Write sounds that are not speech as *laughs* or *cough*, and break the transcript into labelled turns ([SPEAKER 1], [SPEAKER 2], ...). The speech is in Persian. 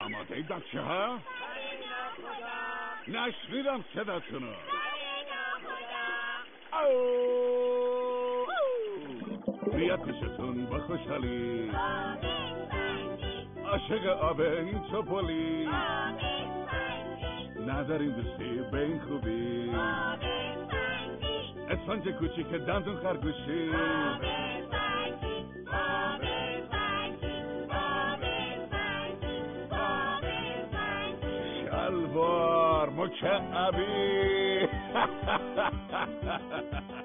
[SPEAKER 1] آماده بچه ها؟ نشنیدم صداتونو آو! آو! بیاد پیشتون با خوشحالی عاشق آب این چپلی نداریم دوستی به این خوبی اسفنج کوچیک دندون خرگوشی *laughs* شلوار مکعبی